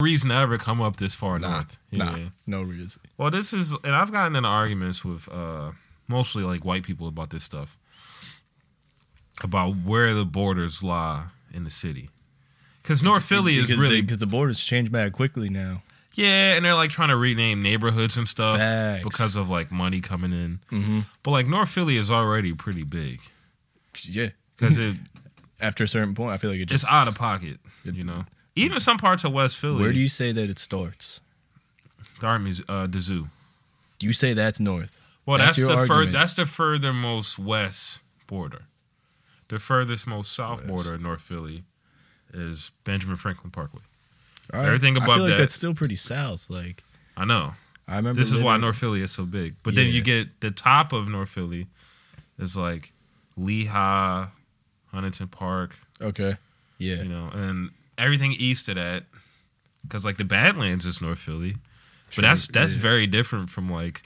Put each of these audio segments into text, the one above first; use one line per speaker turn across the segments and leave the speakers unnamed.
reason to ever come up this far
Nah,
north.
nah,
Yeah.
no reason.
Well, this is, and I've gotten in arguments with uh, mostly like white people about this stuff, about where the borders lie in the city. Because North Philly is
because
really,
because the borders change back quickly now.
yeah, and they're like trying to rename neighborhoods and stuff
Facts. Mm-hmm.
because of like money coming in. But like North Philly is already pretty big
Yeah,
because it,
after a certain point, I feel like it
it's
just.
out of pocket, you know. Even some parts of West Philly,
where do you say that it starts?
the army's uh, the zoo.
You say that's north.
Well,
That's
that's,
your
the fur-
argument.
that's the furthermost west border. The furthest most south border of North Philly is Benjamin Franklin Parkway.
All right.
Everything
I
above
feel like
that-
that's still pretty south. Like
I know.
I remember.
This is why
living-
North Philly is so big. But then
Yeah.
you get the top of North Philly is like Lehigh, Huntington Park,
Okay. Yeah.
you know, and everything east of that cuz like the Badlands is North Philly. But that's that's
yeah.
very different from like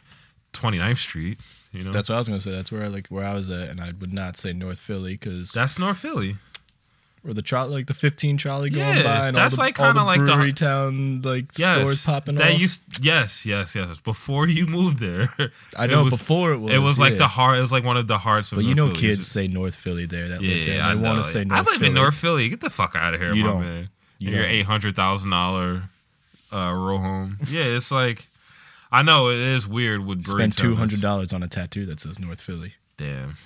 29th Street, you know.
That's what I was gonna say. That's where I like where I was at, and I would not say North Philly because
that's North Philly.
or the trolley, like the fifteen trolley going
Yeah,
by, and
that's,
all the,
like,
all the
kinda like the-
brewery town like stores popping
that
off.
Used, yes, yes, yes. Before you moved there,
I
it
know
was-
before it was.
it was like
yeah.
the heart. It was like one of the hearts of.
But you
North
know,
Philly.
kids say North Philly there. That
Yeah,
live there.
yeah, I
they want
know.
to say
Like,
North.
I live
Philly.
in North Philly. Get the fuck out of here,
You
my
don't.
man.
You
and your
don't.
eight hundred thousand dollar uh, row home. Yeah, it's like I know it is weird with brewery
Spend two hundred
towns.
dollars on a tattoo that says North Philly.
Damn,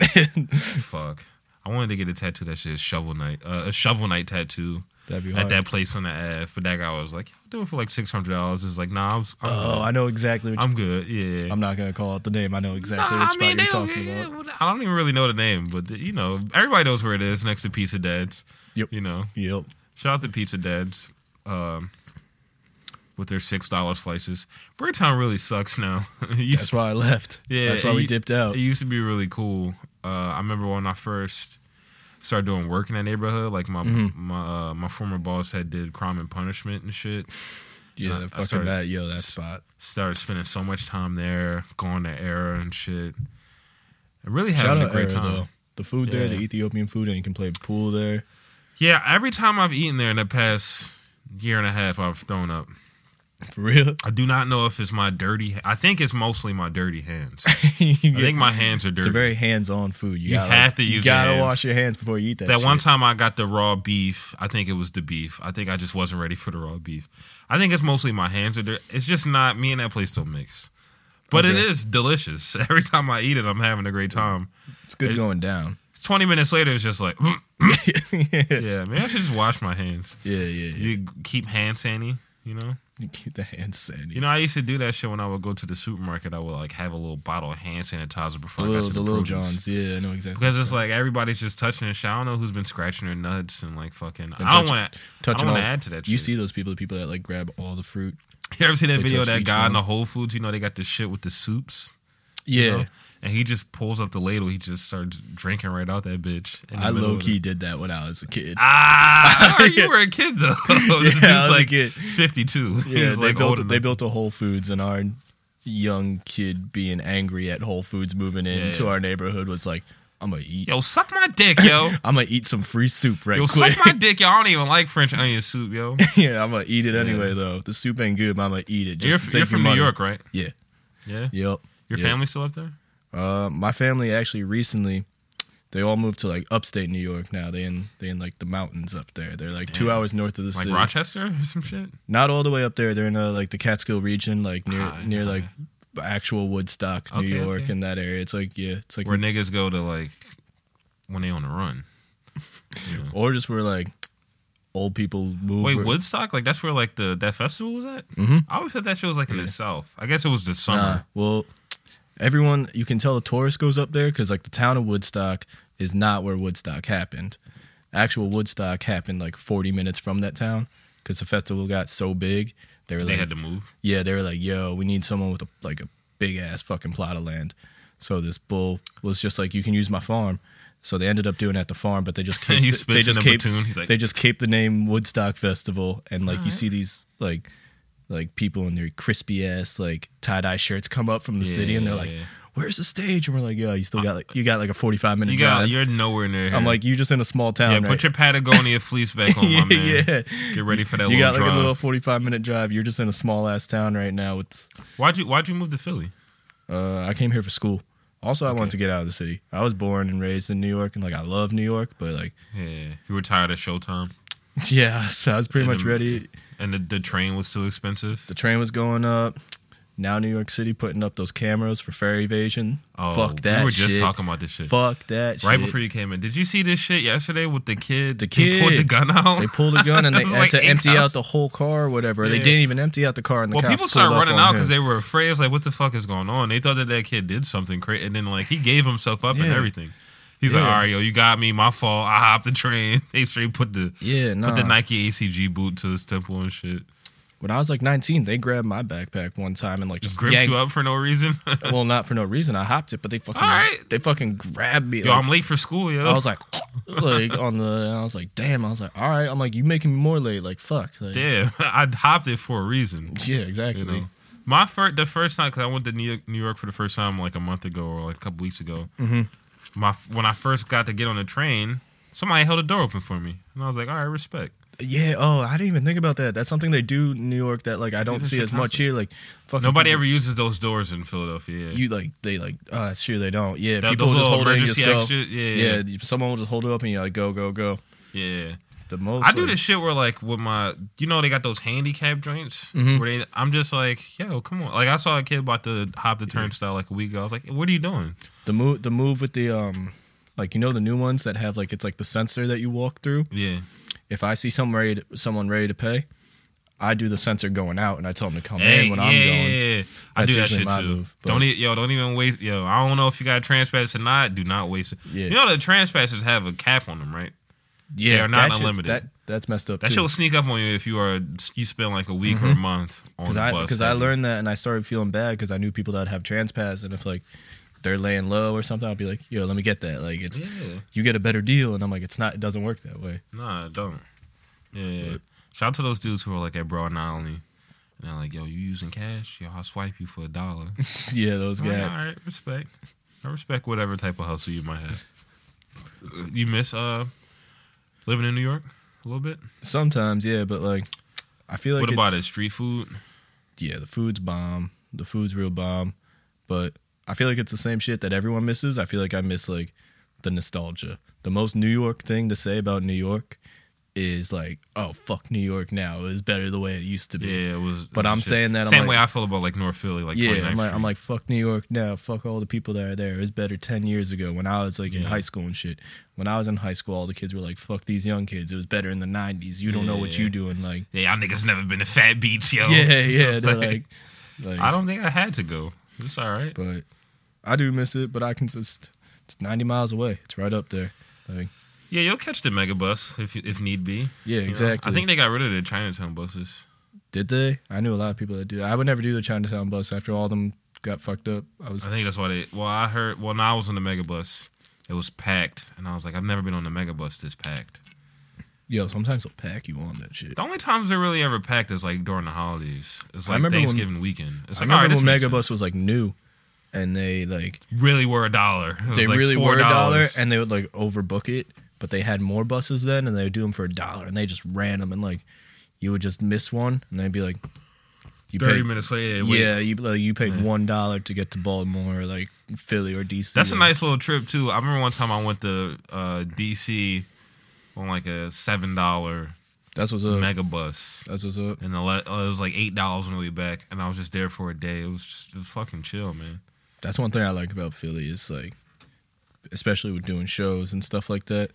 fuck. I wanted to get a tattoo that says Shovel Knight, uh, a Shovel Knight tattoo
That'd be
at
hard.
that place on the F. But that guy was like, "Yeah, "I'll do it for like six hundred dollars." It's like, nah, I'm, I'm
oh, I know exactly. What you,
I'm good. Yeah.
I'm, not gonna call out the name. I know exactly
Nah,
which spot
they
you're
don't-
talking
yeah,
about.
well, I don't even really know the name, but the- you know, everybody knows where it is next to Pizza Dad's.
Yep.
You know,
Yep.
shout out to Pizza Dad's um, with their six dollar slices. Birdtown really sucks now. It used-
That's why I left.
yeah,
That's why
it
we
u-
dipped out.
It used to be really cool. Uh, I remember when I first started doing work in that neighborhood. Like my
Mm-hmm.
my uh, my former boss had did crime and punishment and shit. I-
Yeah,
I
fucking
started-
that. Yo, that spot.
started spending so much time there, going to Era and shit. I really
Shout
having
out
a great
Era,
time.
though. The food there, the
Yeah.
Ethiopian food, and you can play pool there.
Yeah, every time I've eaten there in the past year and a half, I've thrown up.
For real?
I do not know if it's my dirty. I think it's mostly my dirty hands. I
You get-
think my hands are dirty.
it's a very hands-on food. You,
You
gotta,
have to
you
use your
gotta
hands.
wash your hands before you eat that.
that one
shit.
time I got the raw beef, I think it was the beef. I think I just wasn't ready for the raw beef. I think it's mostly my hands are dirty. It's just not me and that place don't mix. But it
Okay.
is delicious. Every time I eat it, I'm having a great time.
it's good
it-
going down.
20 minutes later, it's just like,
yeah, yeah,
yeah, man, I should just wash my hands.
yeah. yeah.
You keep hand sandy, you know?
You keep the hands sandy.
You know, I used to do that shit when I would go to the supermarket. I would like have a little bottle of hand sanitizer before
the
I got
little,
to
the
the,
little
produce.
Johns. Yeah, I know exactly.
Because it's like everybody's just touching the shit. I don't know who's been scratching their nuts and like fucking.
And
I don't
touch-
want to. I
Touching
don't want to
all-
add to that.
You
shit.
see those people, the people that like grab all the fruit.
You ever see that
they
video of
touch
that
each
guy in
one.
the Whole Foods? You know they got the shit with the soups.
Yeah,
you know? And he just pulls up the ladle. He just starts drinking right out that bitch. in the
I
middle
low
of it.
key did that when I was a kid.
Ah, you were a kid though. this
Yeah,
dude's
I was a
like
kid.
fifty-two. He
yeah,
was,
they
like, old
built they
enough.
built a Whole Foods, and our young kid being angry at Whole Foods moving
Yeah.
into our neighborhood was like, "I'm gonna eat,
Yo, suck my dick, yo.
I'm gonna eat some free soup right
Yo,
quick."
suck my dick, yo. I don't even like French onion soup, yo.
yeah, I'm gonna eat it anyway though. The soup ain't good, but I'm gonna eat it. Just
You're,
to take
you're from
your money.
New York, right?
Yeah.
Yeah.
Yep.
Your
Yep.
family's still up there?
Uh, my family actually recently, they all moved to like upstate New York now. They in they in like the mountains up there. They're like two hours north of the
Like
city.
Rochester or some shit?
Not all the way up there. They're in uh, like the Catskill region, like near
Ah,
near
yeah.
like actual Woodstock, New
Okay,
York,
okay.
and that area. It's like yeah, it's like
Where niggas go to like when they on the run. You know.
or just where like old people move.
Wait,
where-
Woodstock? Like that's where like the that festival was at?
Mhm.
I always thought that shit was like in the south. I guess it was the summer.
Nah, well, everyone you can tell a tourist goes up there because like the town of Woodstock is not where Woodstock happened. Actual Woodstock happened like 40 minutes from that town because the festival got so big. They were
they
like,
had to move.
yeah, they were like, yo, we need someone with a, like a big ass fucking plot of land. So this bull was just like, you can use my farm. So they ended up doing it at the farm, but they just
He
caped,
spits
they
in
just
a
caped,
platoon. He's like-
they just caped the name Woodstock Festival, and like you
Alright.
see these like like people in their crispy ass like tie dye shirts come up from the city, and they're like,
Yeah. Uh,
where's the stage? And we're like, yo, you still got like you got like a forty five minute
You got
drive.
you're nowhere near. Here.
I'm like, you just in a small town.
yeah,
right?
put your Patagonia fleece back on, my man.
yeah.
Get ready for that
You
little
got like
drive.
a little 45 minute drive. You're just in a small ass town right now. With
Why'd you Why'd you move to Philly?
uh, I came here for school. Also, I wanted to get out of the city. I was born and raised in New York, and like I love New York, but like
Yeah, you were tired of Showtime,
yeah, I was, I was pretty
And
much
the-
ready.
and the, the train was too expensive.
The train was going up. Now New York City putting up those cameras for fare evasion.
Oh,
Fuck that.
We were just
shit.
talking about this shit
Fuck that.
right
shit.
before you came in. Did you see this shit yesterday with the kid?
The
He pulled the
kid.
gun out.
They pulled a gun and they
It was
had
like
to
eight
empty out
cops.
the whole car or whatever. They
Yeah.
didn't even empty out the car and the
Well,
cops
people started
pulled up
running
on
out
him.
because they were afraid. It was like, what the fuck is going on? They thought that that kid did something crazy, and then like he gave himself up and
Yeah.
everything. He's
Yeah.
like, all right, yo, you got me. My fault. I hopped the train. They straight put the
Yeah, nah.
put the Nike ACG boot to his temple and shit.
When I was like 19, they grabbed my backpack one time and like just
Gripped
yanked.
you up for no reason. yo,
Well, not for no reason. I hopped it, but they fucking
All right.
they fucking grabbed me. like,
I'm late for school, yo.
I was like, like on the. and I was like, damn. I was like, all right. I'm like, you making me more late. Like, fuck. Like,
damn, I hopped it for a reason.
Yeah, exactly.
You know, my first the first time because I went to New York, New York for the first time like a month ago or like a couple weeks ago. Mm-hmm. My when I first got to get on the train, somebody held the door open for me, and I was like, all right, respect.
Yeah. Oh, I didn't even think about that. That's something they do in New York that like I don't
this
see
shit
as much
constantly.
here. Like, fucking
Nobody
people-
ever uses those doors in Philadelphia. Yeah.
You like they like. Uh, sure they don't. Yeah.
That-
people
those
just
little
hold it and just
emergency
go.
extra. Yeah,
yeah.
yeah,
you- Someone will just hold it up and you're like, go, go, go.
yeah.
The most.
I do
like-
this shit where like with my, you know, they got those handicap joints. Where they, I'm just like, yo, come on. Like I saw a kid about to hop the turnstile like a week ago. I was like, what are you doing?
The move. The move with the um. Like you know the new ones that have like it's like the sensor that you walk through.
Yeah.
if I see someone ready, to, someone ready to pay, I do the sensor going out and I tell them to come
Hey,
in Oh, when
yeah,
I'm
yeah,
going.
yeah. I
That's
do that
usually
shit
my
too.
move, but-
don't e- yo, don't even waste yo. I don't know if you got a transpass or not. Do not waste it.
Yeah.
You know the transpassers have a cap on them, right?
Yeah,
They're not
that shit's-
unlimited.
That that's messed up.
That shit will sneak up on you if you are you spend like a week or a month on
because
the
Mm-hmm. I
bus.
because I learned that and I started feeling bad because I knew people that have transpass and if like they're laying low or something, I'll be like, yo, let me get that. Like it's
Yeah.
you get a better deal, and I'm like, it's not. It doesn't work that way.
Nah, I don't. Yeah. Shout out to those dudes who are like at Broad and Island. And they're like, yo, you using cash? Yo, I'll swipe you for a dollar.
yeah, those
I'm like,
guys.
All right, respect. I respect whatever type of hustle you might have. You miss uh living in New York a little bit?
Sometimes, yeah, but like I feel like
what
it's,
about it? Street food?
yeah, the food's bomb. The food's real bomb. But I feel like it's the same shit that everyone misses. I feel like I miss like the nostalgia. The most New York thing to say about New York is like, oh fuck New York now. It was better the way it used to be.
Yeah, it was.
But I'm
shit.
saying that, I'm
same
like-
way I feel about like North Philly, like
Yeah,
29th
I'm like, I'm
Street.
like, fuck New York now. Fuck all the people that are there. It was better 10 years ago when I was like in
Yeah.
high school and shit. When I was in high school, all the kids were like, fuck these young kids. It was better in the 90s. You don't know what
Yeah. Oh,
you doing. Like,
yeah, y'all niggas never been to Fat Beats, yo.
yeah, yeah.
It's
They're
like-
like, like,
I don't think I had to go. It's all right.
but I do miss it. But I can just it's 90 miles away. It's right up there. Like
Yeah, you'll catch the mega bus if if need be.
yeah,
you know?
exactly.
I think they got rid of the Chinatown buses.
did they? I knew a lot of people that do. that. I would never do the Chinatown bus after all them got fucked up. I was
I think that's why they. Well, I heard. Well, now I was on the mega bus. It was packed, and I was like, I've never been on the mega bus this packed.
yo. Sometimes they'll pack you on that shit.
The only times they're really ever packed is like during the holidays. It's
I
like
remember when-
Thanksgiving weekend. It's like,
I remember
all right, this
when
makes
Megabus
sense.
was like new, and they like
really were a dollar. It was
they
like
really were a dollar,
$4.
and they would like overbook it. But they had more buses then, and they would do them for a dollar, and they just ran them, and like you would just miss one, and they'd be like, you
thirty
paid-
minutes later. wait,
Yeah, you like, you paid one dollar to get to Baltimore, or like Philly or DC.
That's a
or-
nice little trip too. I remember one time I went to uh, DC on like a seven dollar
That's what's up.
mega bus,
That's what's up.
and the le- uh, it was like eight dollars on the way back, and I was just there for a day. It was just it was fucking chill, man.
That's one thing I like about Philly is like, especially with doing shows and stuff like that,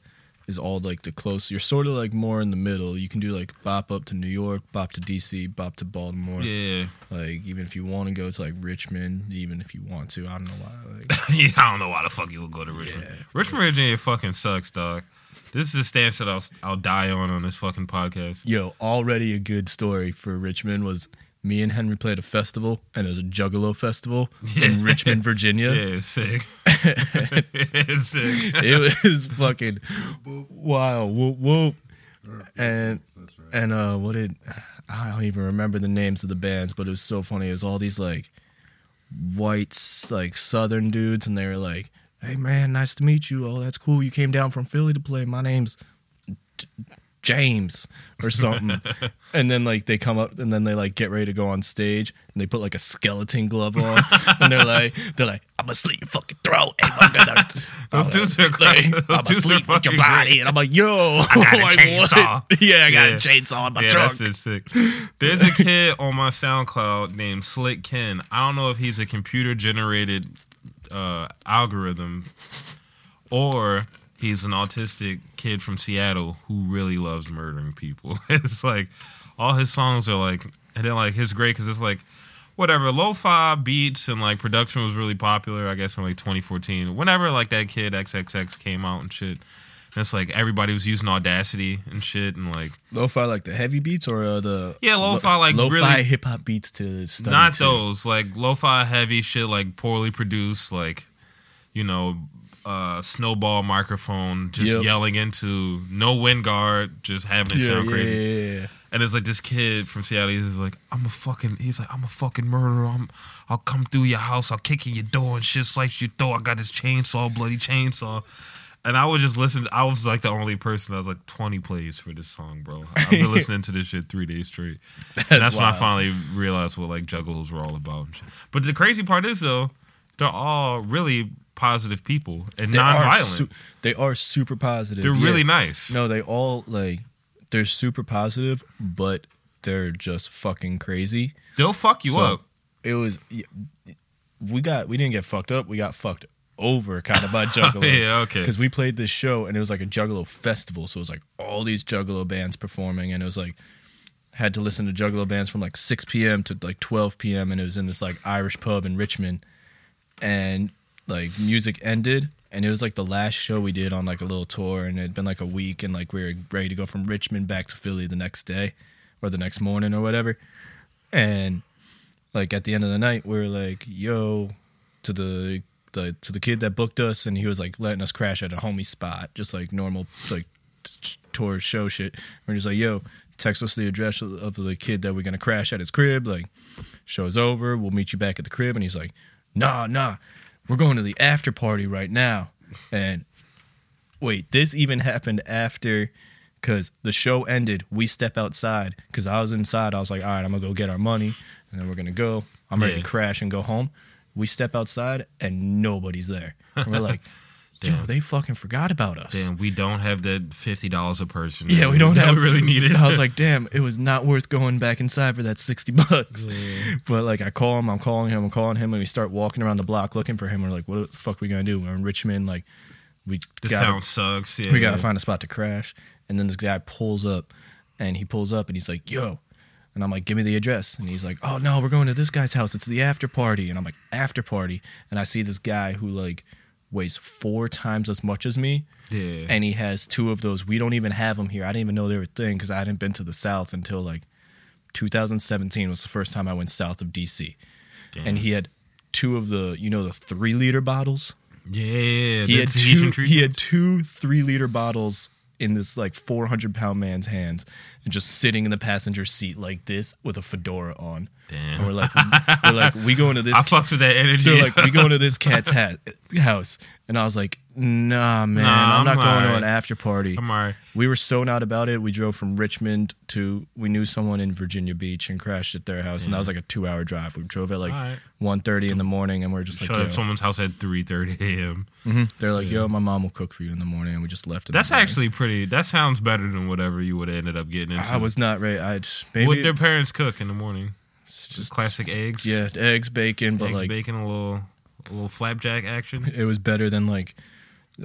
is all like the close. You're sort of like more in the middle. You can do like bop up to New York, bop to DC, bop to Baltimore.
Yeah,
Like even if you want to go to like Richmond, even if you want to, I don't know why. Like,
yeah. I don't know why the fuck you would go to Richmond.
Yeah.
Richmond, Virginia, fucking sucks, dog. This is a stance that I'll I'll die on on this fucking podcast.
yo, already a good story for Richmond was. Me and Henry played a festival, and it was a Juggalo festival in
Yeah.
Richmond, Virginia.
Yeah, it's sick. it's sick.
it was fucking wild. Whoop whoop. And and uh, what did I don't even remember the names of the bands, but it was so funny. It was all these like whites, like southern dudes, and they were like, "Hey man, nice to meet you. Oh, that's cool. You came down from Philly to play. My name's J- James or something." and then like they come up, and then they like get ready to go on stage, and they put like a skeleton glove on, and they're like, "They're like, I'm gonna slit your fucking throat, and I'm gonna,
Those
I'm
dudes are
gonna-
great. Those
I'm gonna
dudes are
sleep with your
fucking
body,"
great.
and I'm like, "Yo, I
got a chainsaw.
yeah, I got
Yeah.
a chainsaw in my
Yeah,
trunk."
that's just sick. There's a kid on my SoundCloud named Slick Ken. I don't know if he's a computer generated uh, algorithm or he's an autistic kid from Seattle who really loves murdering people. It's like all his songs are like, and then like his great because it's like whatever lo-fi beats and like production was really popular. I guess in like 2014, whenever like that kid XXX came out and shit. And it's like everybody was using Audacity and shit and like
Lo-fi like the heavy beats or uh, the
Yeah, lo-fi, like,
lo-fi
really-
hip hop beats to study
not
to.
those like lo-fi heavy shit like poorly produced like you know uh snowball microphone just
Yep.
yelling into no wind guard just having it
Yeah,
sound
yeah,
crazy
yeah, yeah.
and it's like this kid from Seattle. He's like, I'm a fucking. He's like, I'm a fucking murderer. I'm. I'll come through your house. I'll kick in your door and shit, slice your throat. I got this chainsaw, bloody chainsaw. And I was just listening. I was like the only person. I was like 20 plays for this song, bro. I've been listening to this shit three days straight. and that's when I
wild.
finally realized what like juggalos were all about. And shit. But the crazy part is though, they're all really positive people and
They Are
non-violent.
su- they are super positive.
they're
yeah.
really nice.
No, they all like they're super positive, but they're just fucking crazy.
They'll fuck you
So,
up.
It was y- we got we didn't get fucked up. We got fucked over kind of by juggalos.
Yeah, okay.
Because we played this show and it was like a juggalo festival, so it was like all these juggalo bands performing, and it was like had to listen to juggalo bands from like 6 p.m. to like 12 p.m. and it was in this like Irish pub in Richmond, and like music ended. And it was like the last show we did on like a little tour, and it had been like a week, and like we were ready to go from Richmond back to Philly the next day, or the next morning, or whatever. And like at the end of the night we were like yo to the, the to the kid that booked us and he was like letting us crash at a homie spot just like normal like t- tour show shit we're just like yo text us the address of of the kid that we're gonna crash at his crib like show's over we'll meet you back at the crib and he's like nah nah we're going to the after party right now and wait, this even happened after because the show ended. We step outside because I was inside. I was like, all right, I'm gonna go get our money and then we're gonna go. I'm ready
Yeah.
to crash and go home. We step outside and nobody's there. And we're like, yo, they fucking forgot about us.
Damn, we don't have that fifty dollars a person.
Yeah, we don't
that
have
We really need it.
I was like, damn, it was not worth going back inside for that sixty bucks. But like, I call him, I'm calling him, I'm calling him, and we start walking around the block looking for him. We're like, what the fuck we gonna do? We're in Richmond, like, we
this
gotta-
town sucks. Yeah,
we gotta find a spot to crash. And then this guy pulls up, and he pulls up, and he's like, "Yo," and I'm like, "Give me the address." And he's like, "Oh no, we're going to this guy's house. It's the after party." And I'm like, "After party?" And I see this guy who like weighs four times as much as me.
Yeah.
And he has two of those. We don't even have them here. I didn't even know they were a thing because I hadn't been to the South until like 2017 was the first time I went south of DC. And he had two of the, you know, the three liter bottles
yeah.
he
the
had
Tahitian
two,
treatment.
he had two three liter bottles in this like 400 pound man's hands and just sitting in the passenger seat like this with a fedora on
Damn.
and we're like we're like we going to this
I fucks with that energy.
they're like we going to this cat's hat, house and i was like nah man
Nah,
i'm not
I'm
going to
alright.
an after party
I'm alright.
we were so not about it we drove from richmond to we knew someone in virginia beach and crashed at their house and that was like a two hour drive we drove at like
Alright.
1.30 in the morning and we are just like
Showed up
yo.
at someone's house at three thirty a.m.
They're like, yo, my mom will cook for you in the morning. And we just left it.
That's actually pretty. That sounds better than whatever you would have ended up getting into.
I was not right. I just, maybe
what their parents cook in the morning? Just classic eggs.
yeah, eggs, bacon, but
eggs,
like
bacon, a little, a little flapjack action.
it was better than like,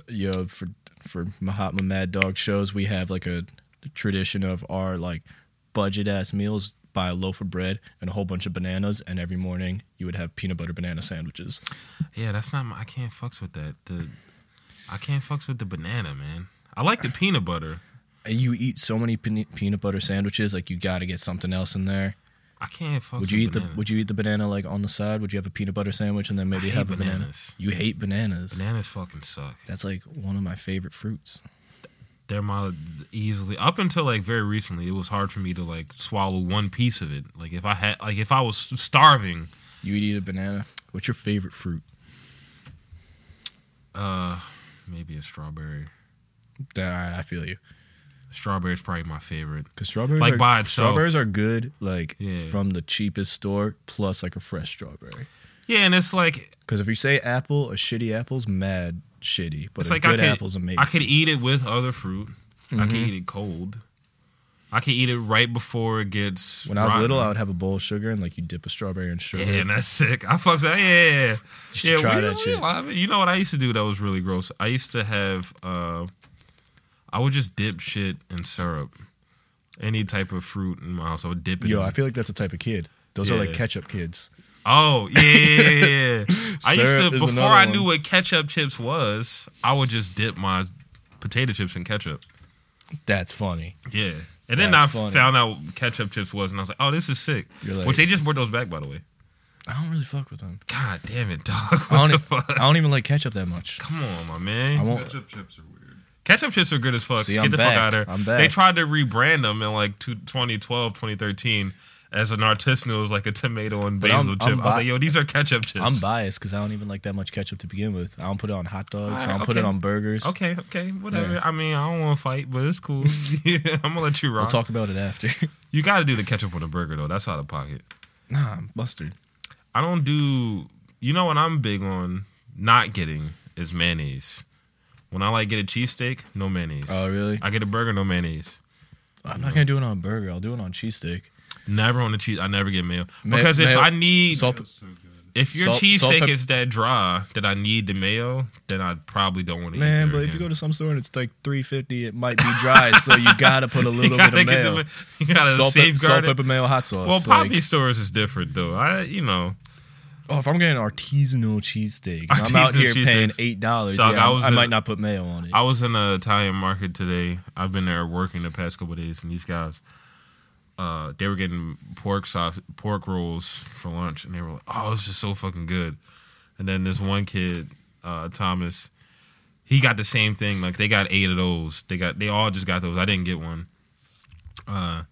yo, for for Mahatma Mad Dog shows, we have like a tradition of our like budget ass meals buy a loaf of bread and a whole bunch of bananas, and every morning you would have peanut butter banana sandwiches.
Yeah, that's not. My, I can't fucks with that. The, I can't fucks with the banana, man. I like the peanut butter.
And you eat so many pe- peanut butter sandwiches, like you got to get something else in there.
I can't fucks.
Would
with
you eat
banana.
the Would you eat the banana like on the side? Would you have a peanut butter sandwich and then maybe
hate
have a banana?
bananas.
You hate bananas.
bananas? Fucking suck.
That's like one of my favorite fruits.
they're my easily up until like very recently it was hard for me to like swallow one piece of it like if i had like if i was starving
You would eat a banana. What's your favorite fruit?
Uh, maybe a strawberry.
Nah, I feel you.
Strawberry is probably my favorite.
Cause strawberries
Like
are,
by itself.
Strawberries are good, like
Yeah.
from the cheapest store plus like a fresh strawberry.
Yeah, and it's like
Because if you say apple, a shitty apple's mad shitty, but
it's
a
like
good
I could,
apple's Mm-hmm. amazing.
I could eat it with other fruit. I could eat it cold. I could eat it right before it gets.
when I was little, I
rotten.
would have a bowl of sugar and like you dip a strawberry in sugar.
yeah, and that's sick. I fucks that. Yeah,
should
yeah.
try
we,
that
we
shit.
love it. You know what I used to do that was really gross. I used to have. uh I would just dip shit in syrup. Any type of fruit in my house, I would dip it.
Yo,
in.
I feel like that's the type of kid. Those are like
Yeah.
ketchup kids.
Oh yeah, yeah, yeah, yeah. I used to
Syrup is
before
another
I knew
one.
what ketchup chips was. I would just dip my potato chips in ketchup.
That's funny.
Yeah, and then
That's
I
funny.
found out what ketchup chips was, and I was like, oh, this is sick.
You're like-
Which they just brought those back, by the way.
I don't really fuck with them.
God damn it, dog!
I
What
don't,
the
e-
fuck?
I don't even like ketchup that much.
Come on, my
I
man.
won't.
Ketchup chips are weird.
Ketchup chips are good as fuck.
See,
Get
I'm
the fuck
backed.
out of there.
I'm
They
backed.
tried to rebrand them in like two- 2012, 2013 as an artisanal, it was like a tomato and
But
basil
I'm-
chip.
I'm
I was
bi-
like, yo, these are ketchup chips.
I'm biased because I don't even like that much ketchup to begin with. I don't put it on hot dogs. I
Alright,
don't put it
okay.
on burgers.
Okay, okay, whatever.
Yeah.
I mean, I don't want to fight, but it's cool. I'm gonna let you
We'll
rock.
talk about it after.
You got to do the ketchup on a burger though. That's out of pocket.
nah, mustard.
I don't do. You know what I'm big on not getting is mayonnaise. When I like get a cheesesteak, no mayonnaise.
Oh, really?
I get a burger, no mayonnaise.
I'm not gonna do it on burger. I'll do it on cheesesteak.
Never on the cheese. I never get mayo
Ma-
because if
mayo-
I need,
Salt,
That's so good.
if your
salt-
cheesesteak
salt, pep-
is that dry that I need the mayo, then I probably don't want to.
man.
eat
But if you go to some store and it's like 350, it might be dry, so you gotta put a little bit of mayo.
you gotta
Salt, pep- salt,
uh, safeguard it.
pepper, mayo, hot sauce.
Well,
Like,
poppy stores is different though. I, you know,
oh, if I'm getting an artisanal cheesesteak, and I'm out
Artisanal
here paying
cheesesteaks.
eight dollars.
Dog,
Yeah,
I
I,
was
I
in-
might not put mayo on it.
I was in the Italian market today. I've been there working the past couple days, and these guys, uh, they were getting pork sauce, pork rolls for lunch, and they were like, "Oh, this is so fucking good." And then this one kid, uh, Thomas, he got the same thing. Like they got eight of those. They got they all just got those. I didn't get one. Uh,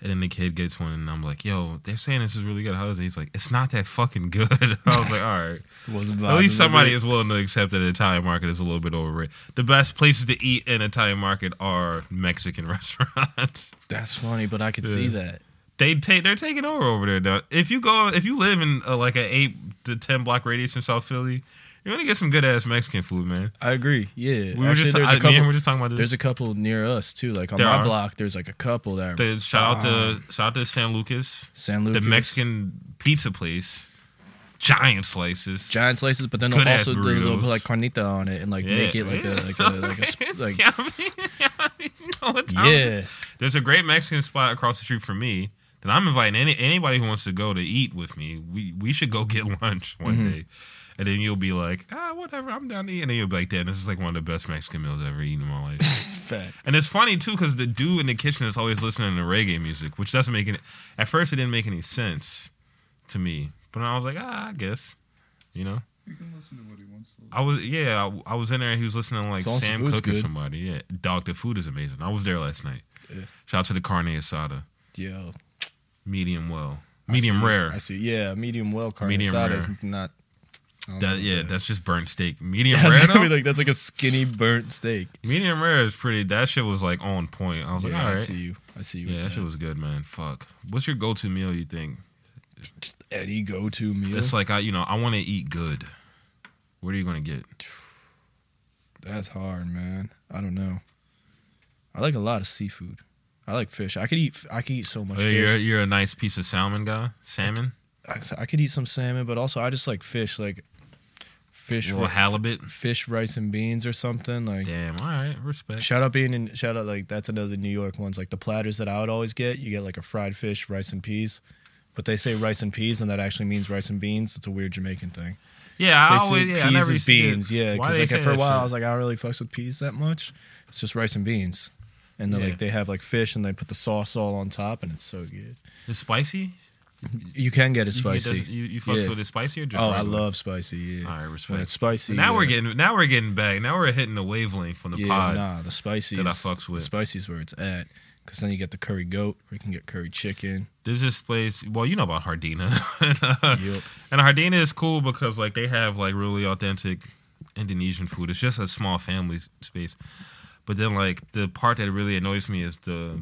and then the kid gets one, and I'm like, "Yo, they're saying this is really good. How is it?" He's like, "It's not that fucking good." I was like, "All right."
Wasn't
At least
vibing
somebody
with
is willing to accept that the Italian market is a little bit overrated. The best places to eat in Italian market are Mexican restaurants.
it. That's funny, but I could see
Yeah.
that.
They take they're taking over over there now. If you go if you live in uh like a eight to ten block radius in South Philly, you're gonna get some good ass Mexican food, man.
I agree.
We
Yeah,
were
Actually,
just
there's
I,
a
me and him
couple.
were just talking about this.
There's a couple near us too. Like on
There
my
are.
block, there's like a couple that are
The- shout out to shout out to San Lucas,
San
the
Lucas,
Mexican pizza place, giant slices.
giant slices, but then they'll
Good-ass
also do a little
burritos.
bit like carnita on it and like make
Yeah.
it like a like a like a sp- like
Yeah, I mean, you know what time it
yeah.
There's a great Mexican spot across the street from me that I'm inviting any anybody who wants to go to eat with me. We we should go get lunch one day. And then you'll be like, ah, whatever, I'm down to eat. And then you'll be like, damn, this is like one of the best Mexican meals I've ever eaten in my life.
Fact.
and it's funny, too, because the dude in the kitchen is always listening to reggae music, which doesn't make any... At first, it didn't make any sense to me. But I was like, ah, I guess. You know?
He can listen to what he wants to.
I was, yeah, I, I was in there and he was listening to like
So also
Sam
food's
Cooke or
good.
somebody. Yeah. Dog, the food is amazing. I was there last night.
Yeah.
Shout out to the carne asada
Yo,
medium well,
I
medium
see.
rare.
I see. Yeah, medium well carne
Medium
asada is
rare.
not. I don't know
That,
about
yeah,
that.
that's just burnt steak. Medium
That's
rare.
gonna be
though?
like that's like a skinny burnt steak.
medium rare is pretty. That shit was like on point. I was like,
Yeah,
all
I
right.
see you. I see you.
Yeah, that shit was good, man. Fuck. What's your go-to meal? You think
Eddie go to meal.
it's like I, you know, I want to eat good. What are you gonna get?
That's hard, man. I don't know. I like a lot of seafood. I like fish. I could eat. I could eat so much
Uh,
fish.
you're you're a nice piece of salmon guy. Salmon.
I, I could eat some salmon, but also I just like fish, like fish,
Well,
ri-
halibut.
fish, rice and beans or something. Like
Damn. All right. Respect.
shout out being in shout out like that's another New York ones. Like the platters that I would always get, you get like a fried fish, rice and peas. But they say rice and peas, and that actually means rice and beans. It's a weird Jamaican thing.
Yeah.
They
I
say
always. Oh, Yeah.
peas
I never
is
used to get-
beans,
Why
yeah. Because
they
like
say
for a
that
while I
shit?
was like, I don't really fucks with peas that much. It's just rice and beans, and then
Yeah.
like they have like fish, and they put the sauce all on top, and it's so good.
it's spicy.
You can get it
You get that-
spicy.
You, you fucks
Yeah.
with it spicy or just?
Oh, I
regular?
love spicy. Yeah.
All right,
When
respect.
it's spicy.
now we're
yeah.
getting now we're getting back. Now we're hitting the wavelength from the
yeah,
pod.
Nah, the spicy
that I fucks with.
The spicy's where it's at. because then you get the curry goat, or you can get curry chicken.
There's this place. Well, you know about Hardina,
Yep.
and Hardina is cool because like they have like really authentic Indonesian food. It's just a small family s- space, but then like the part that really annoys me is the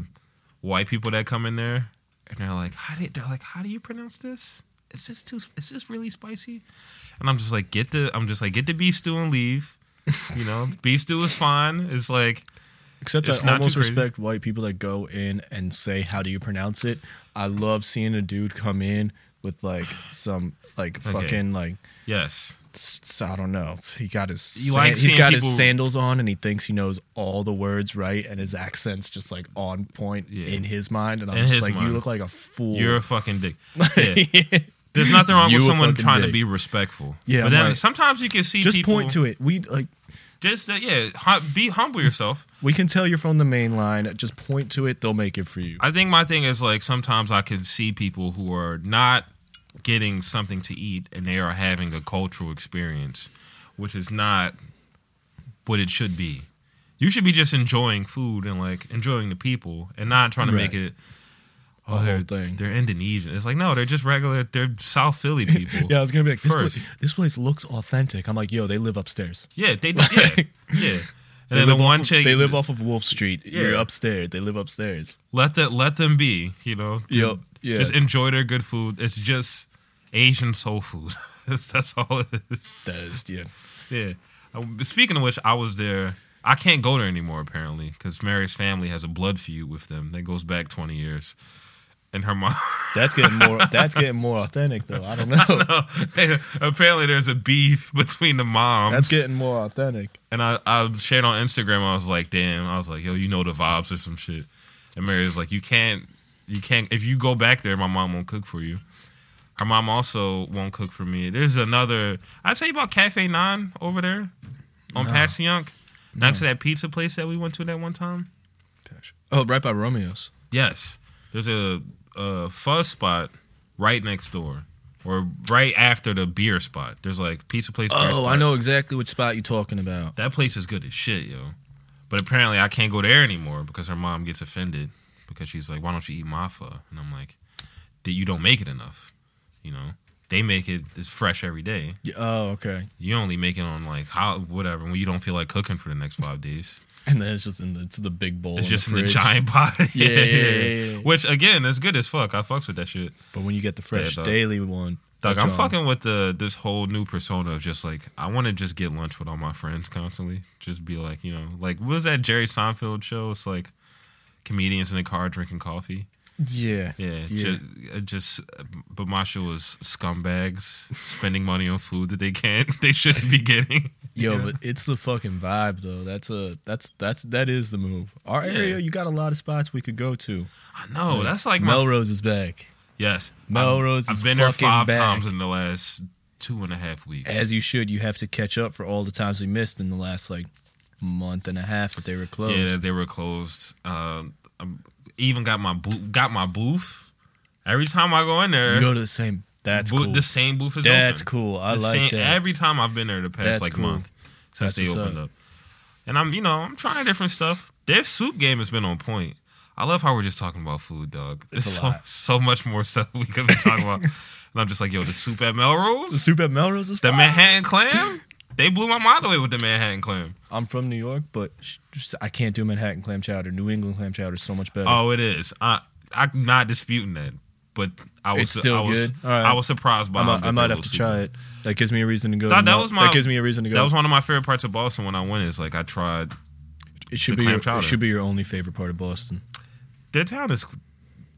white people that come in there and they're like, "How do they're like, how do you pronounce this? Is this too? Is this really spicy?" And I'm just like, "Get the I'm just like get the beef stew and leave." You know, beef stew is fine. It's like
Except
It's
I
not too
almost
crazy.
respect white people that go in and say, "How do you pronounce it?" I love seeing a dude come in with like some like fucking like
yes.
s- s- I don't know. He got his
You
san-
like
he's
seeing
got
people-
his sandals on and he thinks he knows all the words right and his accent's just like on point
Yeah.
in his mind and I'm
In
just
his
like, you
mind.
look like a fool.
You're a fucking dick. Yeah. There's nothing wrong
You
with
a
someone
fucking
trying to
dick.
be respectful.
Yeah,
but then
right.
sometimes you can see
just
people
point to it. We like
just uh, yeah, hum- be humble yourself.
we can tell you're from the main line. Just point to it. They'll make it for you.
I think my thing is like sometimes I can see people who are not getting something to eat and they are having a cultural experience, which is not what it should be. You should be just enjoying food and like enjoying the people and not trying to make
Right.
it.
whole
Oh, they're,
thing.
they're Indonesian. It's like no, they're just regular. They're South Philly people.
yeah, I was gonna be like, this,
first.
place, this place looks authentic. I'm like, yo, they live upstairs.
Yeah, they yeah yeah. And then
live
the one
off of-
chick
They live off of Wolf Street. You're
Yeah.
upstairs. They live upstairs.
Let that let them be. You know.
Yep. Yeah.
Just enjoy their good food. It's just Asian soul food. That's that's all it is.
that is, yeah.
Yeah. Um, Speaking of which, I was there. I can't go there anymore apparently because Mary's family has a blood feud with them that goes back twenty years, and her mom.
That's getting more. that's getting more authentic though. I don't know.
apparently, there's a beef between the moms.
That's getting more authentic.
And I, I shared on Instagram. I was like, "Damn!" I was like, "Yo, you know the vibes or some shit." And Mary was like, "You can't, you can't. If you go back there, my mom won't cook for you. Her mom also won't cook for me. There's another. I tell you about Cafe Nine over there on Passyunk, next to that pizza place that we went to that one time.
Oh, right by Romeo's.
Yes, there's a, a fuzz spot right next door, or right after the beer spot. There's like pizza place. beer
Oh, I
spot.
know exactly which spot you're talking about.
That place is good as shit, yo. But apparently, I can't go there anymore because her mom gets offended because she's like, "Why don't you eat mafa?" And I'm like, "That you don't make it enough, you know." They make it it's fresh every day.
Yeah, Oh, okay.
You only make it on like how whatever when you don't feel like cooking for the next five days.
And then it's just in the, it's the big bowl.
It's just in the
fridge.
giant pot.
Yeah, yeah, yeah, yeah.
Which again, is good as fuck. I fucks with that shit.
But when you get the fresh
Yeah, dog.
daily one,
Doug,
that's
I'm
on.
fucking with the this whole new persona of just like I want to just get lunch with all my friends constantly. Just be like, you know, like what was that Jerry Seinfeld show? It's like comedians in the car drinking coffee.
Yeah.
Yeah,
Yeah.
ju- uh, Just, but my show is scumbags spending money on food that they can't, they shouldn't be getting.
Yo,
Yeah.
but it's the fucking vibe though. That's a that's that's that is the move. Our
Yeah.
area, you got a lot of spots we could go to.
I know that's like my
Melrose is back.
yes.
Melrose
I've
is
been there
fucking
five
back.
times in the last two and a half weeks.
As you should, you have to catch up for all the times we missed in the last like month and a half that they were closed.
Yeah, they were closed. Uh, I even got my booth. Got my booth. Every time I go in there,
you go to the same. That's
booth-
cool.
the same booth is
That's
open.
cool. I
The
like
same-
that.
Every time I've been there the past
That's
like
cool.
month since
That's
they
what's
opened
up.
up. and I'm you know I'm trying different stuff. Their soup game has been on point. I love how we're just talking about food, dog. There's
a
so
lot.
so much more stuff we could be talking about. and I'm just like, yo, the soup at Melrose,
the soup at Melrose is.
the
fire.
Manhattan clam. They blew my mind away with the Manhattan clam.
I'm from New York, but sh- sh- I can't do Manhattan clam chowder. New England clam chowder is so much better.
Oh, it is. I I'm not disputing that, but I was
It's still
I was,
good? All right.
I was surprised by.
I,
how
might,
good
I might
that
have
little
to
soup
try
was.
it. That gives me a reason to go.
That-
to
that
Mel-
was my-
that gives me a reason to go.
That was one of my favorite parts of Boston when I went. Is like I tried.
it should
the
be
clam
your, it
chowder.
should be your only favorite part of Boston.
Their town is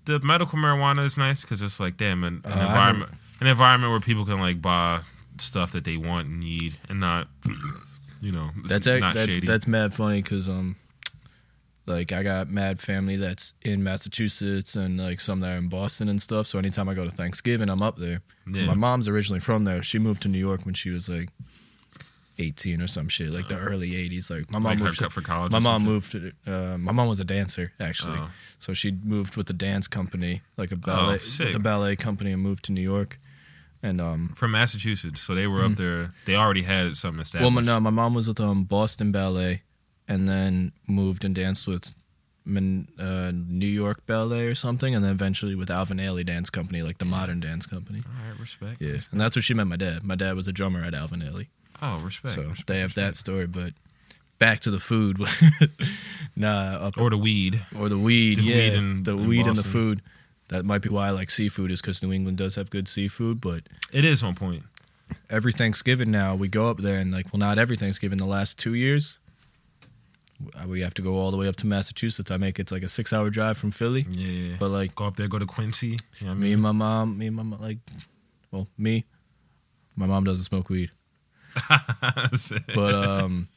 the medical marijuana is nice because it's like damn an, an
Uh, I
environment an environment where people can like buy stuff that they want and need and not you know it's
That's act-
not
that-
shady.
that's mad funny because um, like I got mad family that's in Massachusetts and like some that are in Boston and stuff. So anytime I go to Thanksgiving, I'm up there.
Yeah.
My mom's originally from there. She moved to New York when she was like. 18 or some shit like the early 80s like my mom
Oh. Like her
moved to-
cut for college
my
or
mom
something?
moved to, uh, my mom was a dancer actually
Oh.
so she moved with a dance company like a ballet with
sick.
a ballet company and moved to New York and um
from Massachusetts, so they were
Mm-hmm.
up there. They already had something established.
Well, my, no, my mom was with um Boston Ballet, and then moved and danced with Min, uh, New York Ballet or something, and then eventually with Alvin Ailey Dance Company, like the modern dance company.
All right, respect.
Yeah, and that's where she met my dad. My dad was a drummer at Alvin Ailey,
Oh, respect.
so
respect,
they have that
respect.
story. But back to the food, nah, up, or,
Or the weed.
the weed,
The
yeah,
weed in-
the
in
weed and the
Boston.
food. That might be why I like seafood is because New England does have good seafood, but
It is on point.
every Thanksgiving now we go up there and like well not every Thanksgiving the last two years uh, we have to go all the way up to Massachusetts. I make it's like a six hour drive from Philly,
Yeah, Yeah. yeah.
but like
go up there, go to Quincy. You know what I
me
mean?
and my mom, me and my mom, like well me, my mom doesn't smoke weed, but um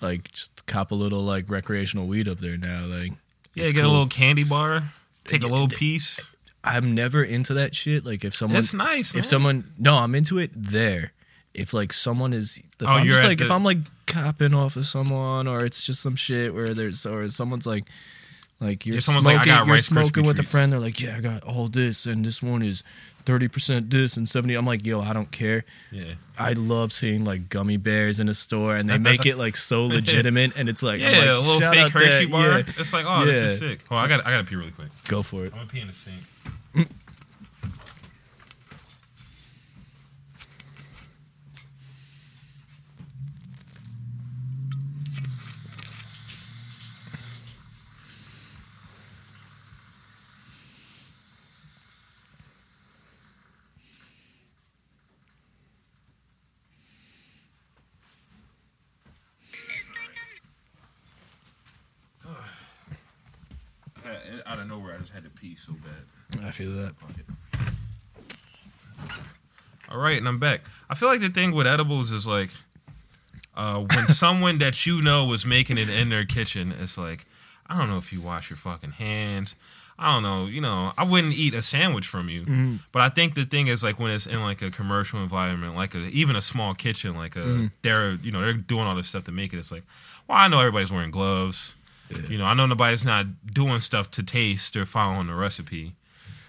like just cop a little like recreational weed up there now. Like
yeah,
it's
get a
cool.
little candy bar, take a little piece.
I'm never into that shit. Like if someone
It's nice.
if
man.
someone no i'm into it there if like someone is if
Oh,
i'm
you're
just
at
like if
the-
i'm like copping off of someone or it's just some shit where there's or someone's like like you're
Yeah,
smoking,
someone's like, "I got
you're
Rice Krispie
smoking with a
treats."
friend. They're like, "Yeah, I got all this, and this one is thirty percent this and 70 I'm like, "Yo, I don't care."
yeah.
I love seeing like gummy bears in a store, and they make it like so legitimate, and it's like, I'm
Yeah,
like,
a little
"Shout
fake
out that,
Hershey bar.
yeah,
It's like, oh, this is
Yeah.
sick. Oh, I got, I got to pee really quick.
go for it.
I'm gonna pee in the sink. Out of nowhere, I just had to pee so bad.
I feel that.
All right, and I'm back. I feel like the thing with edibles is like uh, when someone that you know is making it in their kitchen, it's like, I don't know if you wash your fucking hands. I don't know, you know, I wouldn't eat a sandwich from you.
Mm-hmm.
But I think the thing is like when it's in like a commercial environment, like a, even a small kitchen, like a
Mm-hmm.
they're you know, they're doing all this stuff to make it. It's like, well, I know everybody's wearing gloves. You know, I know nobody's not doing stuff to taste or following the recipe,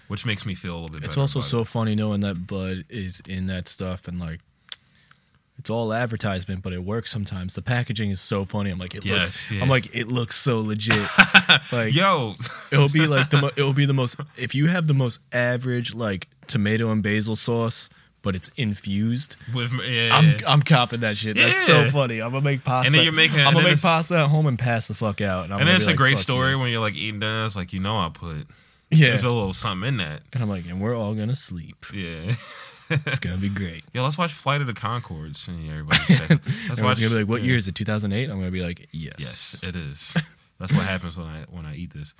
which makes me feel a little bit better.
It's also
about it.
so funny knowing that Bud is in that stuff and like it's all advertisement, but it works sometimes. The packaging is so funny. I'm like, it
Yes,
looks.
yeah.
I'm like, it looks so legit. like
Yo,
it'll be like the mo- it'll be the most if you have the most average like tomato and basil sauce, but it's infused.
with yeah,
I'm
yeah.
I'm copping that shit. That's so
Yeah.
funny. I'm gonna make pasta.
And then you're making-
I'm
and then
gonna make
it's-
pasta at home and pass the fuck out. I'm
and
gonna
it's a
be like,
great
"Fuck
story
yeah."
when you're like eating dinner. It's like you know, I put
Yeah.
there's a little something in that.
and I'm like, and we're all gonna sleep.
Yeah,
It's gonna be great.
yo, let's watch Flight of the Concords. And yeah, everybody's like, let's watch.
Everyone's gonna be like, what
yeah.
year is it? 2008. I'm gonna be like, yes.
Yes, it is. That's what happens when I when I eat this.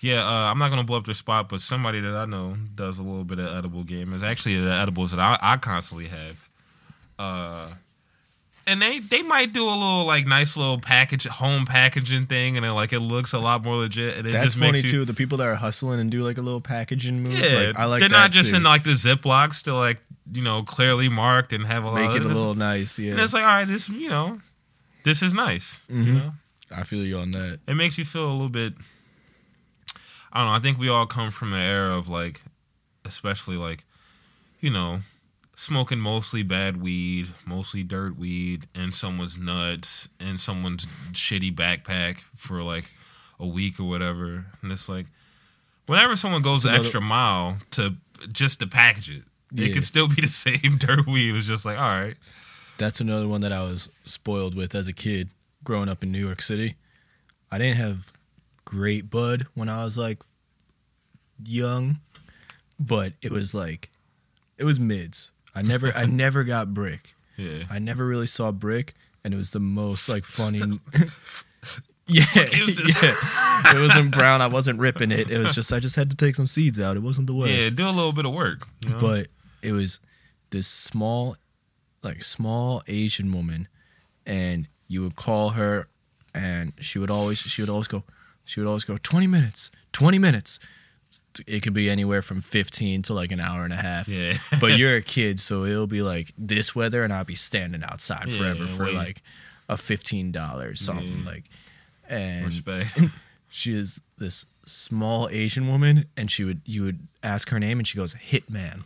Yeah, uh, I'm not gonna blow up their spot, but somebody that I know does a little bit of edible game. It's actually the edibles that I, I constantly have. Uh, and they they might do a little like nice little package home packaging thing, and it, like it looks a lot more legit. And it
That's
just
funny
makes you,
too. The people that are hustling and do like a little packaging move.
Yeah,
like, I like
they're
that
not just
too.
in like the Ziplocs to like you know clearly marked and have a lot.
make it
of
a
this.
little nice.
And
Yeah, Mm-hmm.
it's like all right, this you know, this is nice. You know,
I feel you on that.
it makes you feel a little bit. I don't know. I think we all come from the era of like, especially like, you know, smoking mostly bad weed, mostly dirt weed, and someone's nuts and someone's shitty backpack for like a week or whatever. And it's like, whenever someone goes the
another-
extra mile to just to package it,
Yeah.
it could still be the same dirt weed. It's just like, all right,
That's another one that I was spoiled with as a kid growing up in New York City. I didn't have great bud when I was like young, but it was like it was mids. I never I never got brick.
yeah.
I never really saw brick, and it was the most like funny. yeah,
is this?
yeah. it wasn't brown. I wasn't ripping it. It was just I just had to take some seeds out. It wasn't the worst.
Yeah, do a little bit of work. You know?
but it was this small, like small Asian woman, and you would call her, and she would always she would always go, she would always go twenty minutes, twenty minutes. It could be anywhere from fifteen to like an hour and a half
yeah.
but you're a kid, so it'll be like this weather, and I'll be standing outside
Yeah,
forever for
wait.
like a fifteen dollars something
Yeah.
like. And
Respect.
she is this small Asian woman, and she would you would ask her name, and she goes Hitman,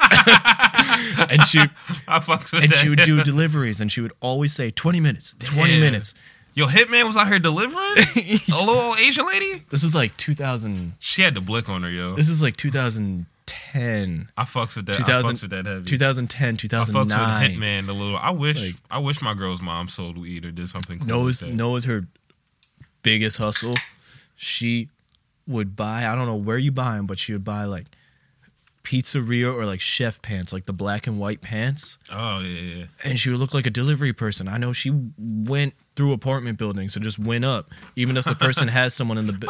and she
I fucks with
and
that.
she would do deliveries, and she would always say twenty minutes, twenty
Damn.
minutes,
Yo, Hitman was out here delivering a little old Asian lady.
This is like 2000.
She had the blick on her, yo.
This is like 2010,
I fucks with that. I
2000
fucks with that heavy.
2010,
I fucks with
2009.
Hitman a little. I wish.
Like-
I wish my girl's mom sold weed or did something. Cool
Knows
like that.
knows her biggest hustle. She would buy. I don't know where you buy them, but she would buy like pizzeria or like chef pants, like the black and white pants.
Oh yeah, yeah, yeah.
and she would look like a delivery person. I know she went through apartment buildings and just went up, even if the person has someone in the. bu-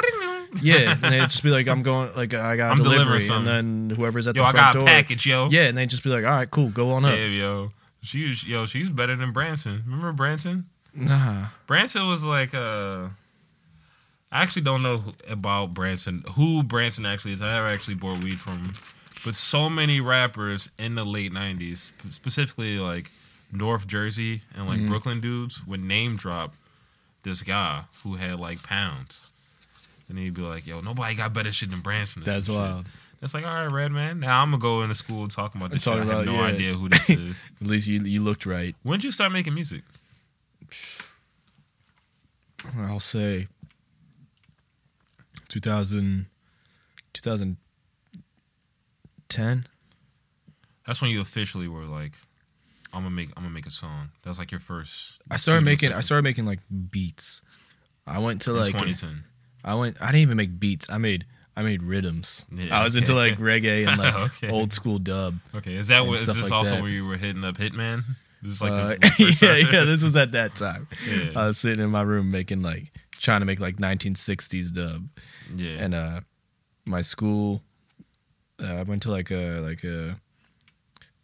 yeah, and they'd just be like, "I'm going, like I got
I'm
a
delivering
delivery," and
something.
then whoever's at
Yo,
the
I
front
got a
door,
package, yo.
yeah, and they'd just be like, "All right, cool, go on up."
Damn, yo. She was yo. She was better than Branson. Remember Branson?
Nah,
Branson was like uh I actually don't know who- about Branson, who Branson actually is. I never actually bought weed from him. But so many rappers in the late 90s, sp- specifically like North Jersey and like
Mm-hmm.
Brooklyn dudes, would name drop this guy who had like pounds. And he'd be like, yo, nobody got better shit than Branson. or some
that's
shit.
wild.
It's like, all right, Red Man. Now I'm going to go into school talking about this
talking
shit. I have
about-
no
yeah.
idea who this is.
At least you you looked right.
when did you start making music?
I'll say 2000, 2010.
That's when you officially were like, "I'm gonna make, I'm gonna make a song." That was like your first.
I started
studio
making I
session
started making like beats. I went to
in
like
2010.
I went. I didn't even make beats. I made. I made rhythms.
Yeah,
I was
okay.
into like reggae and like
Okay.
old school dub.
Okay, is that
and
what? Is
stuff
this
like
also
that.
where you were hitting up Hitman? This is like
Uh,
the first
yeah,
time.
yeah. This was at that time.
Yeah.
I was sitting in my room making like trying to make like 1960s dub,
yeah.
and uh, my school. Uh, I went to like a like a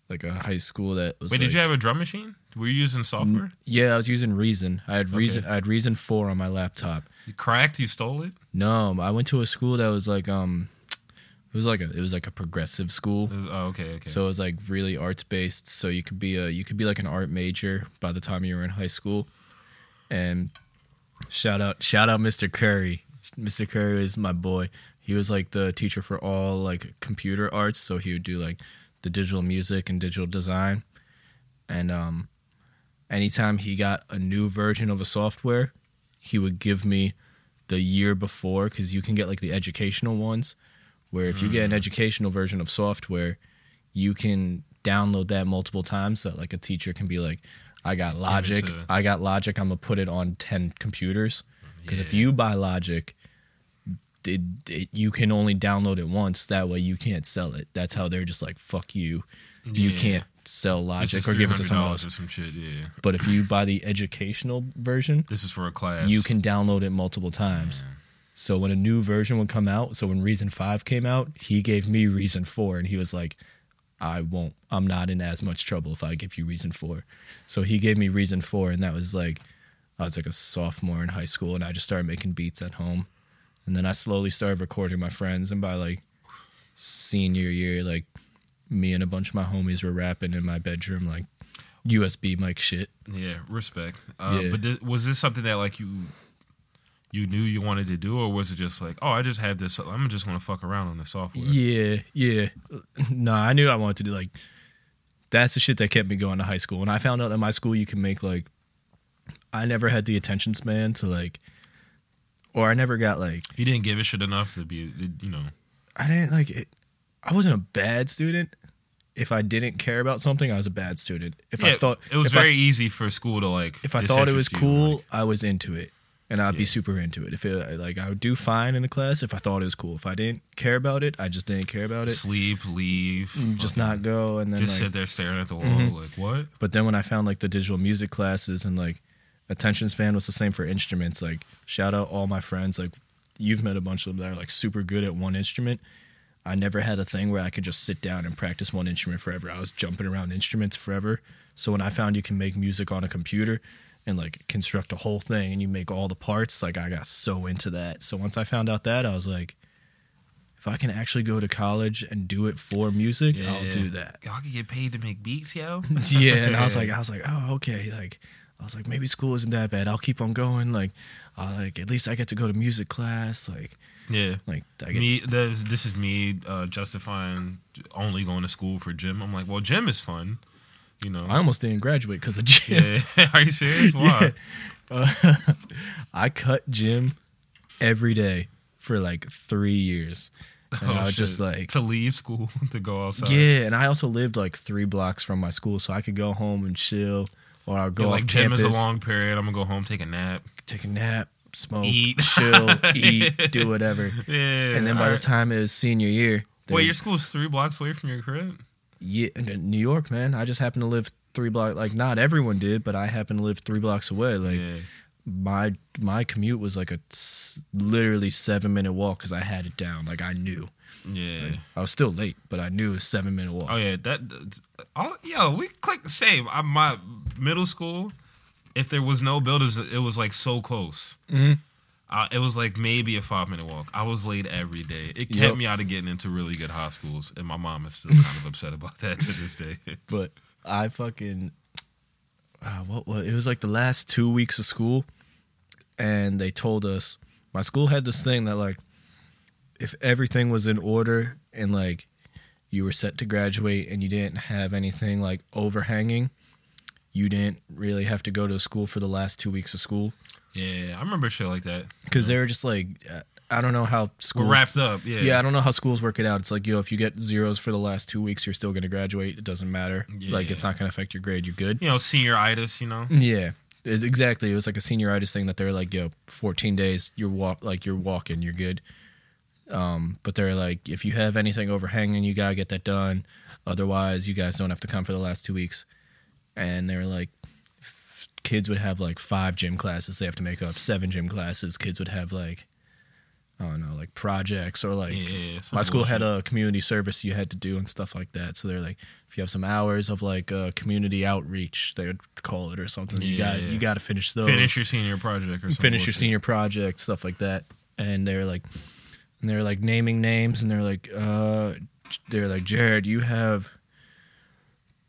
like a high school that was.
Wait,
like-
did you have a drum machine? Were you using
Mm.
software?
Yeah, I was using Reason. I had Reason.
Okay.
I had Reason Four on my laptop.
You cracked? You stole it?
No, I went to a school that was like um, it was like a it was like a progressive school.
It was- oh, okay, okay.
So it was like really arts based. So you could be a you could be like an art major by the time you were in high school. And shout out shout out Mr. Curry. Mr. Curry is my boy. He was like the teacher for all like computer arts. So he would do like the digital music and digital design. And um anytime he got a new version of a software, he would give me the year before because you can get like the educational ones where if you
Mm.
get an educational version of software you can download that multiple times so like a teacher can be like i got logic
to-
i got logic i'm gonna put it on 10 computers because if
Yeah.
you buy logic it, it, you can only download it once that way you can't sell it that's how they're just like fuck you you
Yeah.
can't sell
this
logic
is
or
three
give it to
hundred
someone
dollars
else
or some shit. Yeah.
but if you buy the educational version
This is for a class.
you can download it multiple times. So when a new version would come out, so when Reason 5 came out, he gave me Reason 4 and he was like, I won't, I'm not in as much trouble if I give you Reason 4. So he gave me Reason 4 and that was like, I was like a sophomore in high school and I just started making beats at home. And then I slowly started recording my friends and by like senior year, like me and a bunch of my homies were rapping in my bedroom, like USB mic shit.
Yeah. Respect. Uh,
Yeah.
But thi- was this something that like you? You knew you wanted to do, or was it just like, oh, I just have this. I'm just gonna fuck around on the software.
Yeah, yeah. No, I knew I wanted to do like that's the shit that kept me going to high school. And I found out at my school you can make like I never had the attention span to like or I never got like
He didn't give a shit enough to be, you know.
I didn't like it I wasn't a bad student. If I didn't care about something, I was a bad student. If I
Yeah,
thought
it was
if I-
very easy for school to like.
if I thought it was
disinterest you and,
cool,
like-
I was into it, and I'd be
Yeah.
super into it. If it like I would do fine in the class, if I thought it was cool. If I didn't care about it, I just didn't care about it.
sleep, leave,
Mm, Just
fucking-
not go, and then
Just
like, Mm-hmm.
sit there staring at the wall, like what?
But then when I found like the digital music classes and like attention span was the same for instruments, like shout out all my friends, like you've met a bunch of them that are like super good at one instrument. I never had a thing where I could just sit down and practice one instrument forever. I was jumping around instruments forever. So when I found you can make music on a computer and like construct a whole thing and you make all the parts, like I got so into that. So once I found out that, I was like, if I can actually go to college and do it for music, I'll do that
Y'all can get paid to make beats, yo.
yeah and i was like i was like oh okay like i was like maybe school isn't that bad i'll keep on going like i like at least i get to go to music class like
yeah.
like i get
Me, this, this is me uh, justifying only going to school for gym. I'm like, well, gym is fun. You know.
I almost didn't graduate because of gym.
yeah. Are you serious? Why?
Uh, I cut gym every day for like three years. And
Oh,
I was just
shit.
like,
to leave school to go outside.
yeah. And I also lived like three blocks from my school, so I could go home and chill, or I'll go
Yeah,
off
like gym
campus,
is a long period. I'm gonna go home, take a nap.
take a nap, smoke,
Eat.
chill, eat, do whatever.
Yeah.
And then by the
alright.
time it was senior year, they-
wait, your school's three blocks away from your crib.
yeah, and in New York, man. I just happened to live three blocks. Like not everyone did, but I happened to live three blocks away. Like
yeah.
my my commute was like a s- literally seven minute walk because I had it down. Like I knew
Yeah.
I was still late, but I knew it was seven minute walk.
Oh yeah, that. that- All, yo, we clicked save. I, my middle school, if there was no buildings, it was like so close.
Mm-hmm.
Uh, it was like maybe a five minute walk. I was late every day. It kept
Yep.
me out of getting into really good high schools, and my mom is still kind of upset about that to this day.
But I fucking uh, what was it was like the last two weeks of school, and they told us my school had this thing that like if everything was in order and like you were set to graduate and you didn't have anything like overhanging, you didn't really have to go to school for the last two weeks of school.
yeah, I remember shit like that.
because they were just like, uh, I don't know how
We're
schools.
wrapped up. Yeah.
yeah. I don't know how schools work it out. It's like, yo, if you get zeros for the last two weeks, you're still gonna graduate. It doesn't matter. Like, it's
Yeah.
not gonna affect your grade. You're good.
You know, senioritis. You know.
Yeah, it's exactly. It was like a senioritis thing that they're like, yo, 14 days, you're walk, like you're walking, you're good. Um, but they're like, if you have anything overhanging, you gotta get that done. Otherwise, you guys don't have to come for the last two weeks. And they're like, f- kids would have like five gym classes they have to make up, seven gym classes. Kids would have like, I don't know, like projects or like
Yeah. yeah, yeah, some
my school
bullshit.
had a community service you had to do and stuff like that. So they're like, if you have some hours of like uh, community outreach, they would call it or something. You
Yeah,
got
yeah.
you got to finish those,
finish your senior project or something.
finish your senior project, stuff like that. And they're like, and they're like naming names, and they're like, uh, they're like, Jared, you have.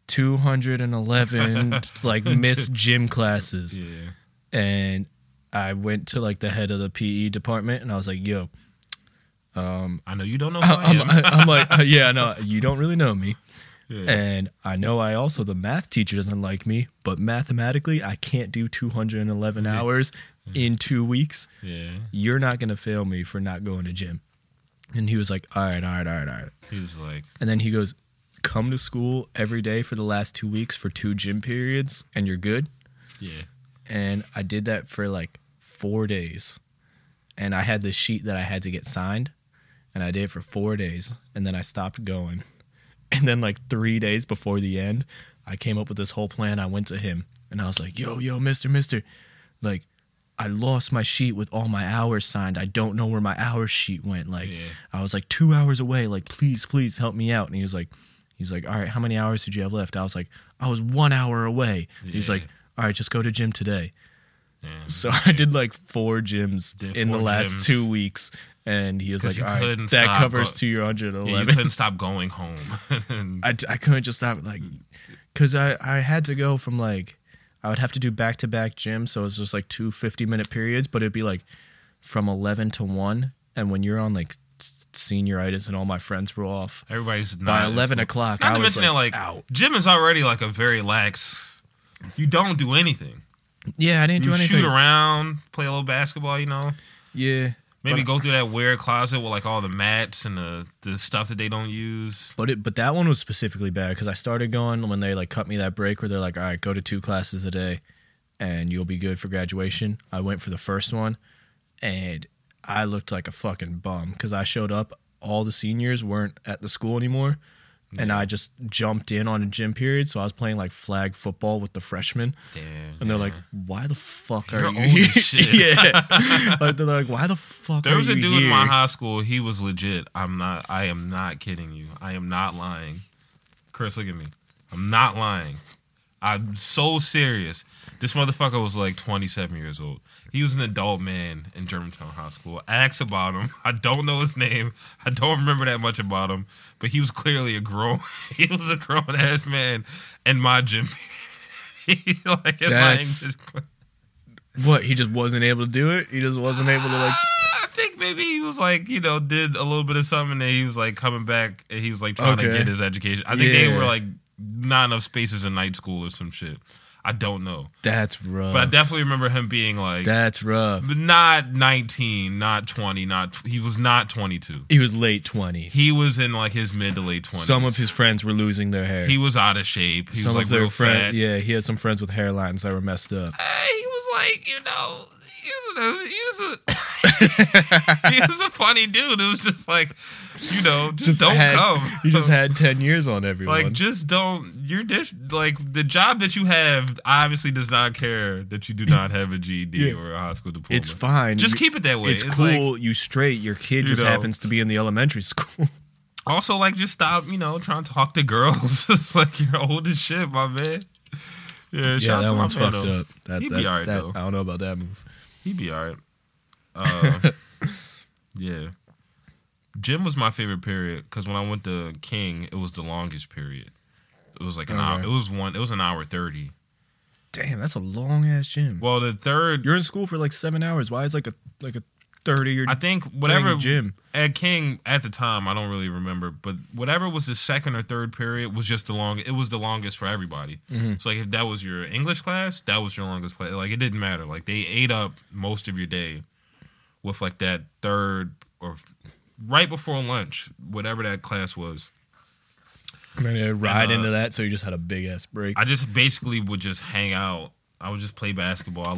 211 like missed gym classes
Yeah.
and i went to like the head of the pe department and i was like yo
I know you don't know who I
I'm,
am.
I'm like, uh, yeah, no, you don't really know me.
yeah.
And I know I also, the math teacher doesn't like me, but mathematically, I can't do 211 hours in two weeks.
yeah.
You're not going to fail me for not going to gym. And he was like, all right, all right, all right, all right.
He was like,
And then he goes, come to school every day for the last two weeks for two gym periods, and you're good
yeah.
and I did that for like four days. And I had this sheet that I had to get signed, and I did it for four days, and then I stopped going. And then like three days before the end, I came up with this whole plan. I went to him and I was like, "Yo, yo, Mister, Mister, like." I lost my sheet with all my hours signed. I don't know where my hours sheet went. Like
Yeah.
I was like two hours away. Like please, please help me out. And he was like, he's like, all right, how many hours did you have left? I was like, I was one hour away. He's
Yeah.
like, all right, just go to gym today.
yeah.
So I did like four gyms
Did
in the
four
last
gyms.
two weeks, and he was
'Cause
like,
you
"All right,
couldn't
that
stop,
covers
but-
to your hundred
Yeah, you
eleven.
couldn't stop going home. And-
I, I couldn't just stop like, because I I had to go from like I would have to do back to back gyms, so it was just like two 50 minute periods, but it'd be like from eleven to one, and when you're on like s- senioritis and all my friends were off
Everybody's not
by
in
eleven
school.
o'clock,
Not
I
to
was
mention that, like,
like out.
Jim is already like a very lax. You don't do anything.
Yeah, I didn't
You
do anything.
shoot around, play a little basketball. You know,
Yeah,
maybe
But-
go through that weird closet with like all the mats and the the stuff that they don't use.
But it, but that one was specifically bad because I started going when they like cut me that break where they're like, all right, go to two classes a day, and you'll be good for graduation. I went for the first one, and I looked like a fucking bum because I showed up. All the seniors weren't at the school anymore, and I just jumped in on a gym period. So I was playing like flag football with the freshmen.
Damn.
And they're like, "Why the fuck are
You're
you
old
here?"
as shit.
yeah, Like, they're like, "Why the fuck?"
there
are
was a
you
dude
here?
in my high school. He was legit. I'm not. I am not kidding you. I am not lying. Chris, look at me. I'm not lying. I'm so serious. This motherfucker was like 27 years old. He was an adult man in Germantown High School. I asked about him. I don't know his name. I don't remember that much about him, but he was clearly a grown. He was a grown ass man in my gym. like in my
That's-
English class.
What? He just wasn't able to do it. He just wasn't able to like.
I think maybe he was like, you know, did a little bit of something and he was like coming back and he was like trying to
Okay.
get his education. I think they
Yeah.
were like not enough spaces in night school or some shit. I don't know,
That's rough.
but I definitely remember him being like
That's rough.
not 19, not 20, not tw- he was not 22.
He was late twenties.
He was in like his mid to late 20s.
some of his friends were losing their hair.
he was out of shape. He
some
was like
of their
real
friends.
fat.
Yeah, he had some friends with hairlines that were messed up.
Uh, he was like, you know, he was a, he was a, he was a funny dude. It was just like, you know, just, don't
had,
come.
You just had ten years on everyone.
like, just don't. Your dish, like the job that you have, obviously does not care that you do not have a GED
Yeah.
or a high school diploma.
it's fine.
Just
You-
keep it that way.
It's,
like-
cool. you straight. Your kid
You
just
know.
happens to be in the elementary school.
Also, like, just stop, you know, trying to talk to girls. it's like you're old as shit, my man. Yeah, shout out to my man, though.
That,
He'd
that-
be all right,
that-
though.
I don't know about that move.
He'd be all right. Uh, yeah. Gym was my favorite period because when I went to King, it was the longest period. It was like an hour.
Okay.
It was one. It was an hour thirty.
Damn, that's a long ass gym.
Well, the third,
You're in school for like seven hours. Why is like a like a thirty or
I think, whatever
gym?
at King at the time, I don't really remember, but whatever was the second or third period was just the long. It was the longest for everybody. So like if that was your English class, that was your longest class. Like it didn't matter. Like they ate up most of your day with like that third or f- right before lunch, whatever that class was.
And then they ride
uh,
into that, so you just had a big ass break.
I just basically would just hang out. I would just play basketball. I love